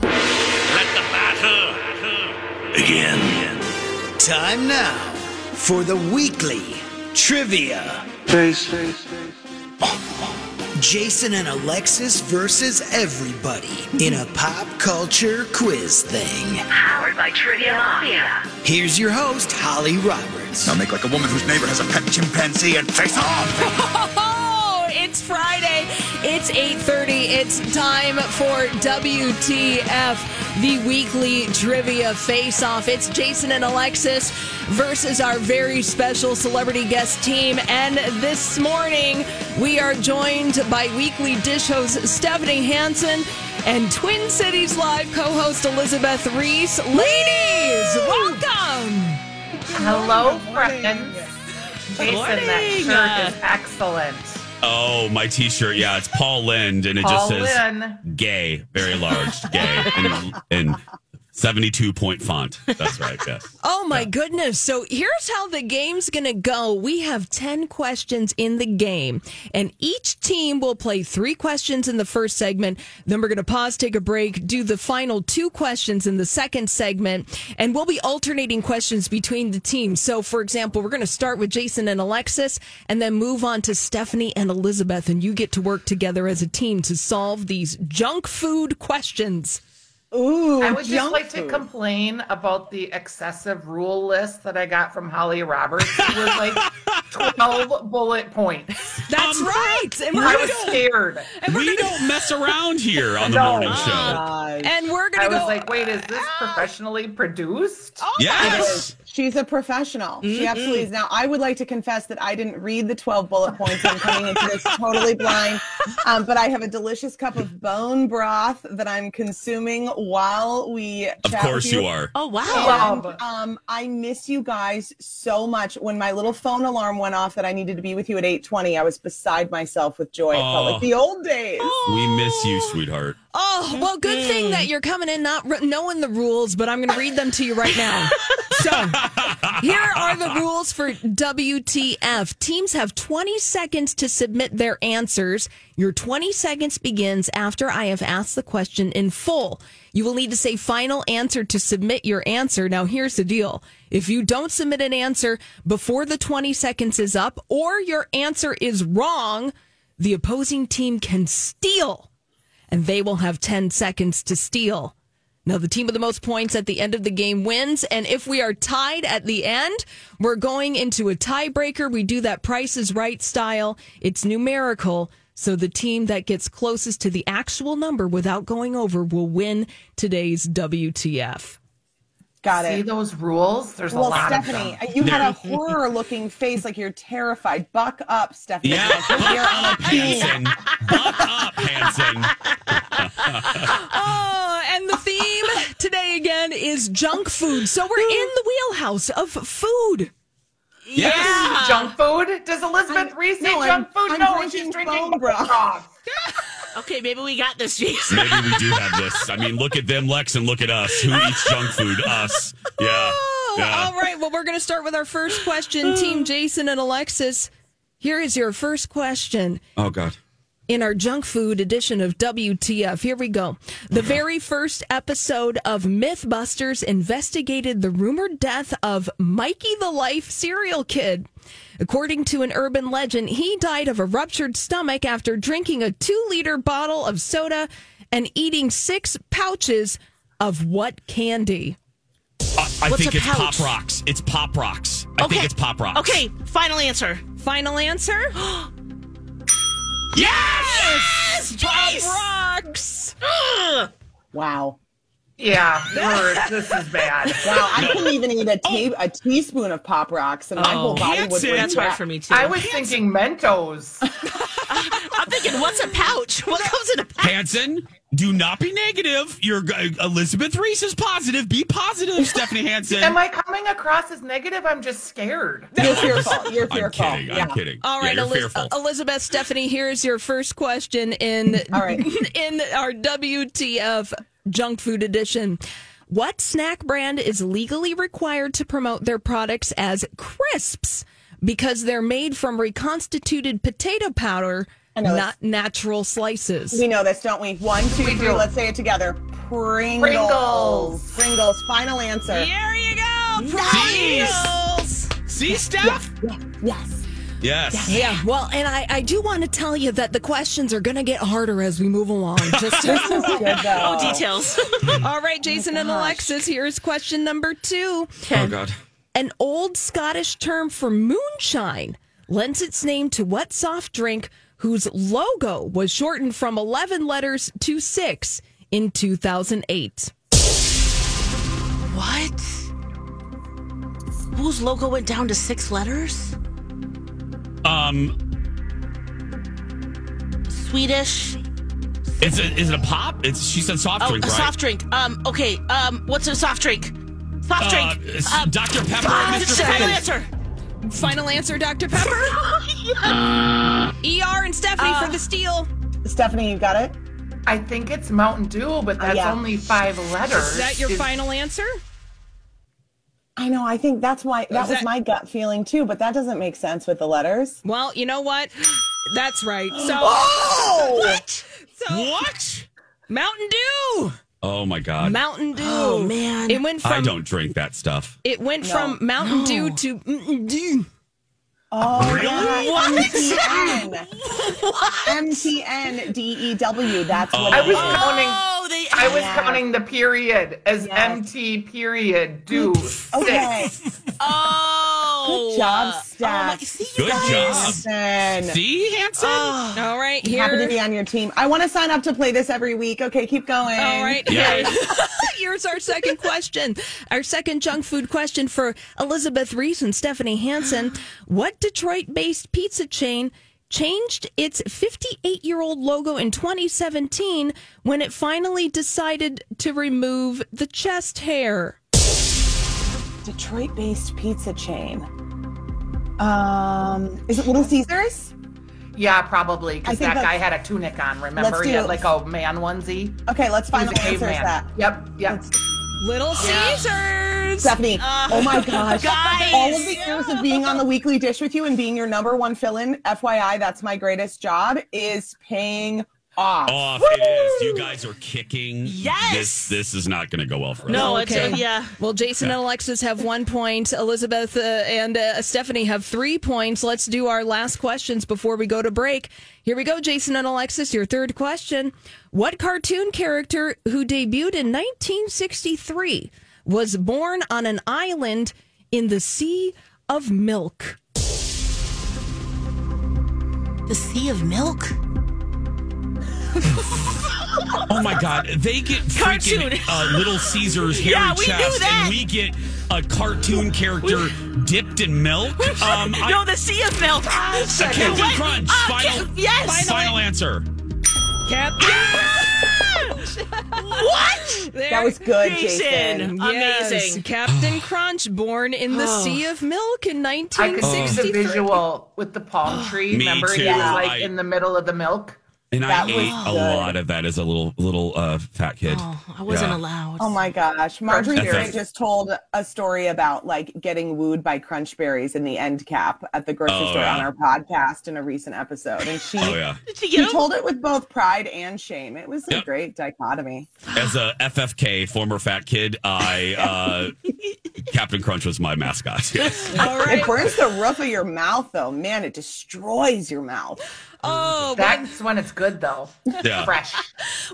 Let the battle begin. Time now for the weekly trivia. Jason and Alexis versus everybody in a pop culture quiz thing. Powered by Trivia Mafia. Here's your host, Holly Roberts. Now make like a woman whose neighbor has a pet chimpanzee and face off. Oh, it's Friday. It's 8:30. It's time for WTF, the weekly trivia face-off. It's Jason and Alexis versus our very special celebrity guest team. And this morning, we are joined by weekly dish host Stephanie Hansen and Twin Cities Live co-host Elizabeth Reese. Ladies, welcome. Hello, friends. Jason, Morning. that shirt is excellent. Oh, my T-shirt. Yeah, it's Paul Lind, and it just Paul says Lynn. "gay," very large, gay, in, in seventy-two point font. That's right. Yes. Oh my goodness. So here's how the game's going to go. We have 10 questions in the game, and each team will play three questions in the first segment. Then we're going to pause, take a break, do the final two questions in the second segment, and we'll be alternating questions between the teams. So, for example, we're going to start with Jason and Alexis and then move on to Stephanie and Elizabeth, and you get to work together as a team to solve these junk food questions. I would just like to complain about the excessive rule list that I got from Holly Roberts. It was like 12 bullet points. Um, That's right. And I we're was gonna- scared. We don't mess around here on the No. morning show. and we're I going to was go like, wait, is this professionally produced? Oh. Oh, Yes. She's a professional. She absolutely is. Now, I would like to confess that I didn't read the 12 bullet points. I'm coming into this totally blind. Um, but I have a delicious cup of bone broth that I'm consuming while we chat. Of with course you are. Oh wow! And, Love. um, I miss you guys so much. When my little phone alarm went off that I needed to be with you at 8:20, I was beside myself with joy. It felt Oh. like the old days. We miss you, sweetheart. Oh well, good thing that you're coming in not re- knowing the rules, but I'm going to read them to you right now. so here are the rules for WTF. Teams have 20 seconds to submit their answers. Your 20 seconds begins after I have asked the question in full. You will need to say final answer to submit your answer. Now here's the deal. If you don't submit an answer before the 20 seconds is up or your answer is wrong, the opposing team can steal and they will have 10 seconds to steal. Now, the team with the most points at the end of the game wins. And if we are tied at the end, we're going into a tiebreaker. We do that price is right style, it's numerical. So the team that gets closest to the actual number without going over will win today's WTF. Got See it. those rules? There's a Well, lot Stephanie, of them. you had a horror looking face like you're terrified. Buck up, Stephanie. Yeah. Like, Buck you're on a up, Hanson. Buck up, Hanson. Oh, and the theme today again is junk food. So we're in the wheelhouse of food. Yes. Junk food? Does Elizabeth Reese say no, junk I'm- I'm food? no, she's drinking drinking bone broth. broth. Okay, maybe we got this, Jason. Maybe we do have this. I mean, look at them, Lex, and look at us. Who eats junk food? Us. Yeah. Oh, Yeah. all right. Well, we're going to start with our first question, Team Jason and Alexis. Here is your first question Oh, God. in our junk food edition of WTF. Here we go. The very first episode of Mythbusters investigated the rumored death of Mikey the Life serial kid. According to an urban legend, he died of a ruptured stomach after drinking a two liter bottle of soda and eating six pouches of what candy? I What's think a it's pouch? Pop Rocks. It's Pop Rocks. I think it's Pop Rocks. Okay, final answer. Final answer? Yes! Pop rocks. Ugh. Wow. Yeah, we're, this is bad. Wow, I couldn't even eat a, ta- a teaspoon of Pop Rocks, and my whole body would. Hanson. ring That's hard back. for me too. I was thinking Mentos. I'm thinking, what's a pouch? What goes in a pouch? Hanson, do not be negative. You're uh, Elizabeth Reese is positive. Be positive, Stephanie Hanson. Am I coming across as negative? I'm just scared. You're fearful. You're I'm fearful. kidding. Yeah. I'm kidding. All Yeah, right, you're Eliz- uh, fearful. Elizabeth, Stephanie, here's your first question in All right. in our WTF junk food edition. What snack brand is legally required to promote their products as crisps because they're made from reconstituted potato powder, I know not natural slices? We know this, don't we? One, two, three, do. Let's say it together. Pringles. Pringles. Pringles. Final answer. There you go. Pringles. See, Steph? Yes. Yes. Yeah, well, and I, I do want to tell you that the questions are going to get harder as we move along. Just This is good, though. Oh Oh, details. All right, Jason and Alexis, here's question number two. Oh, God. An old Scottish term for moonshine lends its name to what soft drink whose logo was shortened from 11 letters to six in 2008? what? Whose logo went down to six letters? Um, Swedish. it's a, is it a pop? It's She said soft Oh, drink, a right? soft drink. Um, okay. Um, what's a soft drink? Soft Uh, drink. it's um, Dr. Pepper ah, and it's Mr. the final Pibb. answer. Final answer, Dr. Pepper? ER and Stephanie for the steal. Stephanie, you got it? Uh, Oh, I think it's Mountain Dew, but that's yeah. only five letters. Is that your Is- final answer? I know. I think that's why that was that- my gut feeling too, but that doesn't make sense with the letters. Well, you know what? That's right. So, What? so What? Mountain Dew. Oh, my God. Mountain Dew. Oh, man. It went from I don't drink that stuff. It went from Mountain Dew to mm, mm-mm Dew. Oh, Really? yeah, What? MTN. MTN DEW. E That's what I it was is. counting. Oh, they. I was Yeah. counting the period as Yes. MT period do Okay. Oh. Good job, Oh. Uh, Steph. Good job. Listen. See, Hanson? Oh, All right, Happy to here. be on your team. I want to sign up to play this every week. Okay, keep going. All right, Yeah. here. here's our second question. Our second junk food question for Elizabeth Reese and Stephanie Hansen. What Detroit based pizza chain changed its 58 year old logo in 2017 when it finally decided to remove the chest hair? Detroit based pizza chain. Um, is it Little Caesars? Yeah, probably I because think that guy that's- had a tunic on. Remember, Let's he do- had like a man onesie. Okay, let's He was find a the answer to caveman. that. Yep, yep. Little Caesars. Stephanie, oh my gosh. guys. All of the years of being on the weekly dish with you and being your number one fill in, FYI, that's my greatest job, is paying off. Off it is. You guys are kicking. Yes. This this is not going to go well for us. No, Okay. it's a, yeah. Well, Jason and Alexis have one point. Elizabeth uh, and uh, Stephanie have three points. Let's do our last questions before we go to break. Here we go, Jason and Alexis. Your third question What cartoon character who debuted in 1963 was born on an island in the Sea of Milk? The sea of milk. Oh my God! They get freaking Cartoon. uh, Little Caesars hairy Yeah, we knew chest, that. and we get a cartoon character dipped in milk. Um, I- no, the sea of milk. Ah, Uh, Captain Crunch. final, Ah, Oh, yes. final answer. Captain. What? That was good, Jason. Jason. Yes, Amazing. Captain Crunch, born in the Sea of Milk in I could see the 1963. visual with the palm tree. Oh. Me Remember, too. he was I- like in the middle of the milk. And That I was ate a good. lot of that as a little little uh, fat kid. Oh, I wasn't Yeah. allowed. Oh my gosh. Marjorie Crunch Berry berries. just told a story about like getting wooed by crunch berries in the end cap at the grocery Oh, store yeah. on our podcast in a recent episode. And she Oh yeah, Did you she get him? told it with both pride and shame. It was a Yep. great dichotomy. as a FFK former fat kid, I uh, Captain Crunch was my mascot. Yes. All right. It burns the roof of your mouth, though. Man, it destroys your mouth. Oh, one, That's when it's good, though. Yeah. Fresh.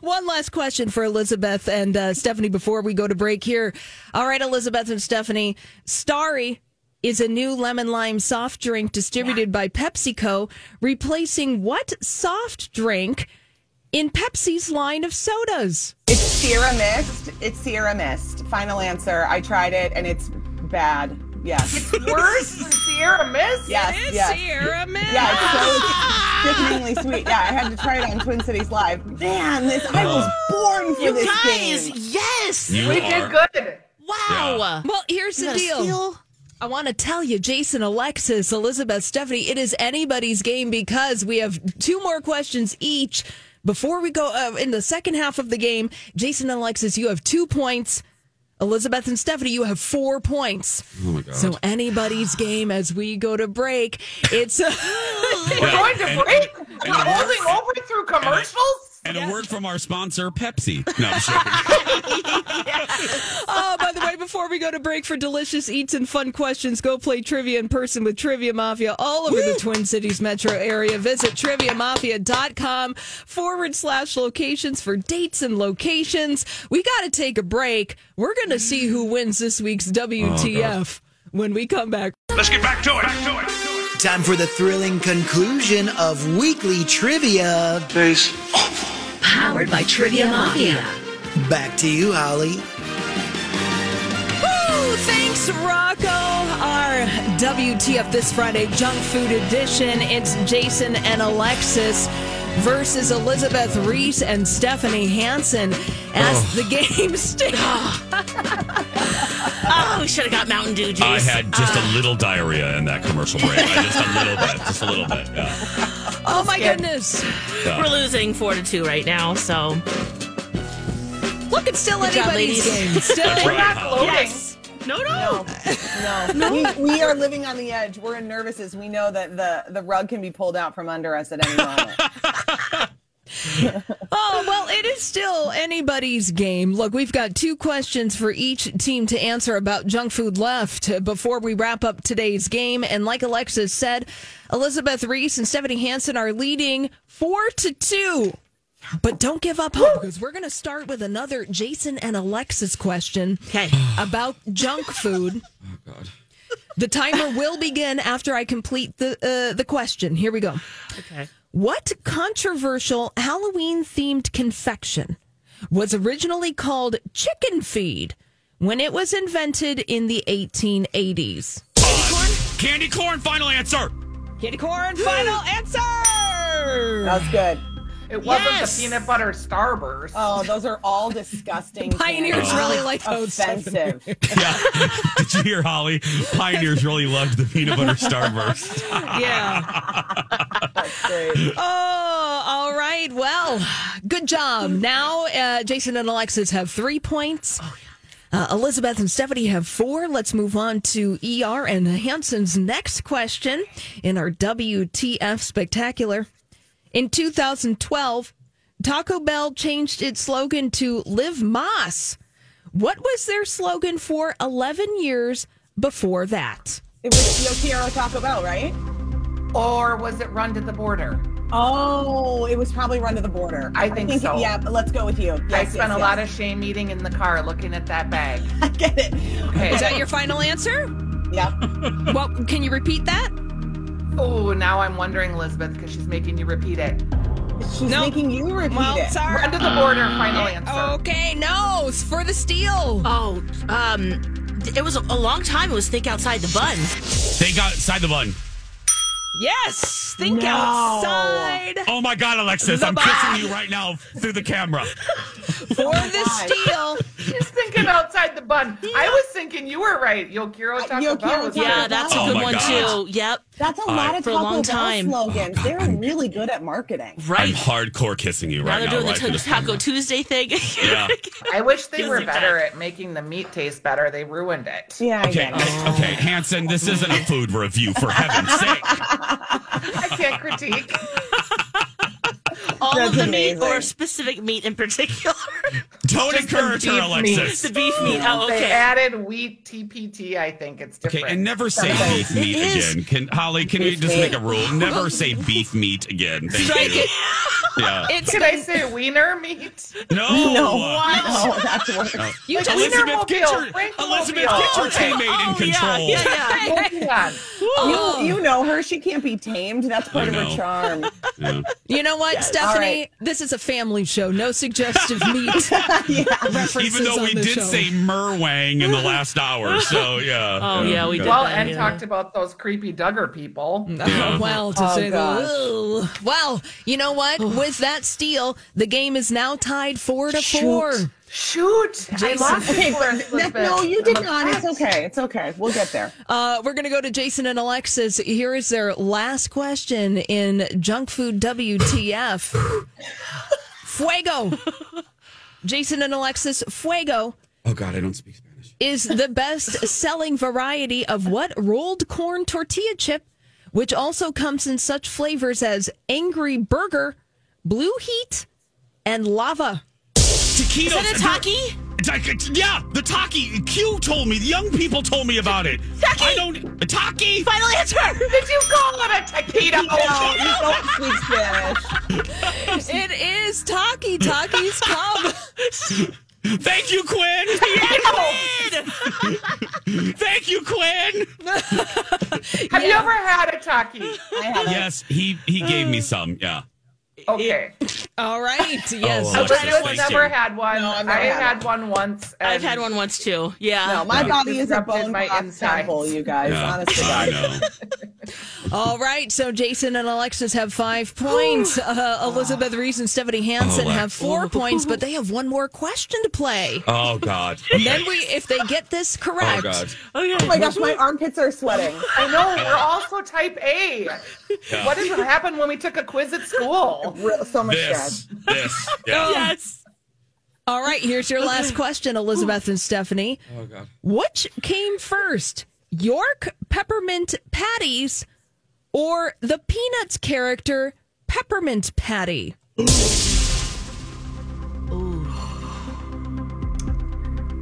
one last question for Elizabeth and uh, Stephanie before we go to break here. All right, Elizabeth and Stephanie, Starry is a new lemon lime soft drink distributed by PepsiCo, replacing what soft drink in Pepsi's line of sodas? It's Sierra Mist. It's Sierra Mist. Final answer. I tried it and it's bad. Yes. Worse than Sierra Mist? Yes. yes. Sierra Mist. Yeah, it's so sickeningly sweet. Yeah, I had to try it on Twin Cities Live. Man, this I was born for You this guys, game. yes. You We are. did good. wow. Well, here's You the gotta deal. steal? I want to tell you, Jason, Alexis, Elizabeth, Stephanie, it is anybody's game because we have two more questions each. Before we go uh, in the second half of the game, Jason and Alexis, you have two points. Elizabeth and Stephanie, you have four points. Oh my god. So anybody's game as we go to break. It's We're Yeah, going to and- break? and- We're holding over through commercials? and a word from our sponsor, Pepsi. No, I'm joking. Oh, by the way, before we go to break for delicious eats and fun questions, go play trivia in person with Trivia Mafia all over the Twin Cities metro area. Visit triviamafia.com forward slash locations for dates and locations. We got to take a break. We're going to see who wins this week's WTF when we come back. Let's get back to it. Back to it. Time for the thrilling conclusion of weekly trivia. Face. Powered by Trivia Mafia. Back to you, Holly. Woo! Thanks, Rocco. Our WTF this Friday junk food edition. It's Jason and Alexis versus Elizabeth Reese and Stephanie Hansen as the game state. Oh, we should have got Mountain Dew juice. I had just a little diarrhea in that commercial break. I just a little bit, just a little bit. Yeah. Oh my goodness. Yeah. We're losing four to two right now, so Look, it's still job, ladies. anybody's game. Still That's We're right. not Holly. gloating. yes. No, no. No, we, we are living on the edge. We're in nervouses. We know that the, the rug can be pulled out from under us at any moment. Oh, well, it is still anybody's game. Look, we've got two questions for each team to answer about junk food left before we wrap up today's game. And like Alexis said, Elizabeth Reese and Stephanie Hansen are leading four to two. But don't give up hope because we're going to start with another Jason and Alexis question Okay. about junk food. Oh god. The timer will begin after I complete the uh, the question. Here we go. Okay. What controversial Halloween themed confection was originally called chicken feed when it was invented in the 1880s? Candy corn. Final answer. Kitty corn, final answer! That's good. It wasn't Yes. the peanut butter starburst. Oh, those are all disgusting. Pioneers things. really like those. offensive. Yeah. Did you hear Holly? Pioneers really loved the peanut butter starburst. Yeah. That's great. Oh, all right. Well, good job. Now, uh, Jason and Alexis have three points. Oh, Uh, Elizabeth and Stephanie have four. Let's move on to ER and Hanson's next question in our WTF Spectacular. In 2012, Taco Bell changed its slogan to Live Moss. What was their slogan for 11 years before that? It was Yo Quiero Taco Bell, right? Or was it run to the border? Oh, it was probably run to the border. I think so. Yeah, but let's go with you. I spent a lot of shame eating in the car looking at that bag. of get it. Okay. Is that your final answer? Yeah. Well, can you repeat that? oh, now I'm wondering, Elizabeth, because she's making you repeat it. She's No. making you repeat Well, it. sorry. Run to the border, final answer. Okay, no, it's for the steal. Oh, um, it was a a long time. It was think outside the bun. They got side the bun. Yes, think outside Oh my god, Alexis, The I'm bun. kissing you right now through the camera. for the steal. She's thinking outside the bun. I was thinking you were right. Yo quiero Uh, Taco yo Bell quiero was Taco Yeah, right. that's a Oh good my one God. too. Yep. That's a lot of For a Taco long Bell time. slogans. They're really good at marketing. I'm Right. hardcore kissing you now right they're now. doing right the through t- this Taco camera. Tuesday thing. Yeah. I wish they Feels were like better that. at making the meat taste better. They ruined it. Yeah, I Okay, get it. okay, Hanson, this isn't a food review for heaven's sake. I can't critique. all That's of the meat amazing. or a specific meat in particular? Don't Just the encourage her, deep Alexis. the beef meat. Oh, They okay. added wheat TPT. I think it's Okay, different. and never say beef meat again. Can Holly? Can we just make a rule? Never say beef meat again. Thank you. Yeah. It's Can I say wiener meat? No. No. No, that's worse. you Like just Elizabeth- Elizabeth, get your, Wienermobile, Elizabeth, get Wienermobile. your Okay. teammate in Oh, control. yeah, yeah, yeah. Moving on. You, you know her. She can't be tamed. That's I part of know. her charm. Yeah. You know what, All Stephanie? right. This is a family show. No suggestive meat references. Even though on we the did show. say merwang in the last hour, so yeah. Oh, yeah, we okay. did. Well, Yeah, and yeah. talked about those creepy Duggar people. Yeah. Oh, well, to Oh, say the gosh. Ugh. well, you know what? With that steal, the game is now tied four to Shoot. four. Shoot, I lost Okay, it for an no, Elizabeth. no, you did I'm not. It's upset. okay. It's okay. We'll get there. Uh, we're going to go to Jason and Alexis. Here is their last question in Junk Food WTF. Fuego. Jason and Alexis, Fuego Oh God, I don't speak Spanish. is the best selling variety of what rolled corn tortilla chip, which also comes in such flavors as Angry Burger, Blue Heat, and Lava. Taquitos. Is that a taki? Taki- Yeah, the taki. Q told me. The young people told me about it. Taki! I don't. Taki. Final answer. Did you call it a taquito? No, you don't speak Spanish. It is Taki Taki's Cub. Thank you, Quinn. Thank you, Quinn. Have you ever had a taki? I haven't. Yes, he he gave me some. Yeah. Okay, All right. Yes. Oh, Alexis, I was thank never you. had one. No, I've never I had had one once. I've and had one once too. Yeah. No, my body is a Disrupted bone my broth insides. temple, you guys. Yeah, Honestly, I know. All right. So Jason and Alexis have five points. Uh, Elizabeth Reese and Stephanie Hansen Oh, Lex. have four points, but they have one more question to play. Oh God. And then we, if they get this Oh correct, God. Oh my gosh, my armpits are sweating. I know we're also type A. What did happen when we took a quiz at school? Real- So much This. stress. This. Yeah. Yes. All right, here's your last question, Elizabeth and Stephanie. Oh, God. Which came first, York Peppermint Patties or the Peanuts character Peppermint Patty?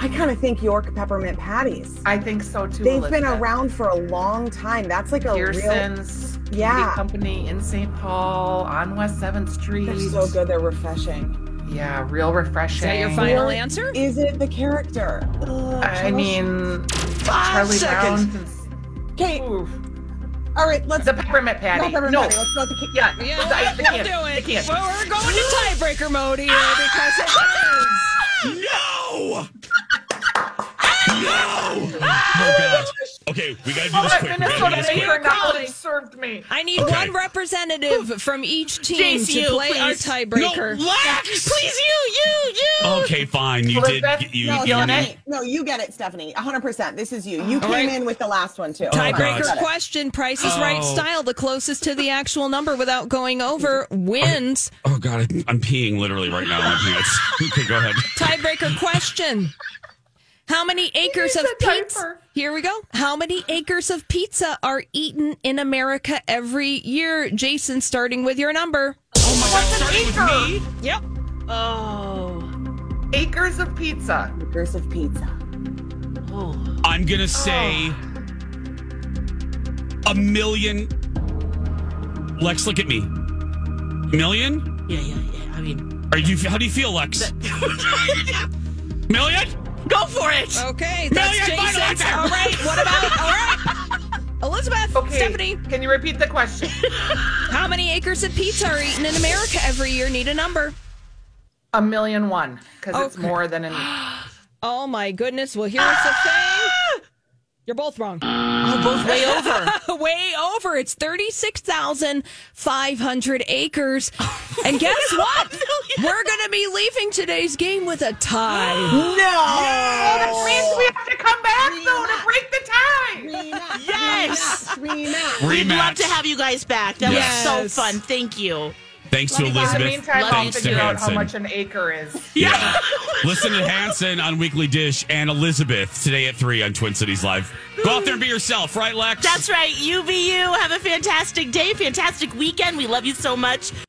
I kind of think York peppermint patties. I think so too. They've been Elizabeth. around for a long time. That's like a real. Pearson's Candy Yeah. Company in St. Paul on West 7th Street. They're so good. They're refreshing. Yeah, real refreshing. Is that your final answer? Is it the character? Ugh, Uh, I mean, Charlie seconds. Brown. Kate. Oof. All right, let's. The peppermint patty. not peppermint no. patty, Let's go with the ca- Yeah. Yeah, the- the we'll candy, do it. the candy. Well, we're going to tiebreaker mode here Ah! because it Oh, is. No. No. Oh God. Okay, we gotta do Oh, this my quick. We gotta do Minnesota this quick. neighbor not served me. I need Okay. one representative from each team Jace, to you, play our please. tiebreaker. No, Lex. Please, you, you, you. Okay, fine. You did. Elizabeth, You. No, you Stephanie. No, you get it, Stephanie. 100%. This is you. You came right. in with the last one, too. Oh Tiebreaker Got it. question. Price is right Oh. style. The closest to the actual number without going over wins. oh God, I- I'm peeing literally right now in my pants. okay, go ahead. Tiebreaker question. How many acres of a typer. pizza? Here we go. How many acres of pizza are eaten in America every year? Jason, starting with your number. Oh my God, starting with me. Yep. Oh. Acres of pizza. Acres of pizza. Oh. I'm gonna say a million. Lex, look at me. Million? Yeah, yeah, yeah. I mean, Are you? How do you feel, Lex? Million? go for it. Okay, that's Million final Jason's. answer. All right, what about? All right, Elizabeth, Okay. Stephanie, Can you repeat the question? how many acres of pizza are eaten in America every year? Need a number. A million one, because it's Okay. more than an. Ah! Oh my goodness. Well, here's the thing. You're both wrong. Oh, both way over. Way over. It's 36,500 acres. And guess what? We're going to be leaving today's game with a tie. No! That means we have to come back though to break the tie. Yes! Rematch. We'd Rematch. love to have you guys back. That Yes. was so fun. Thank you. Thanks to In Elizabeth. the meantime, I'll Thanks to figure out how Hanson. much an acre is. yeah. Listen to Hanson on Weekly Dish and Elizabeth today at three on Twin Cities Live. Go out there and be yourself, right, Lex? That's right. You be you. Have a fantastic day, fantastic weekend. We love you so much.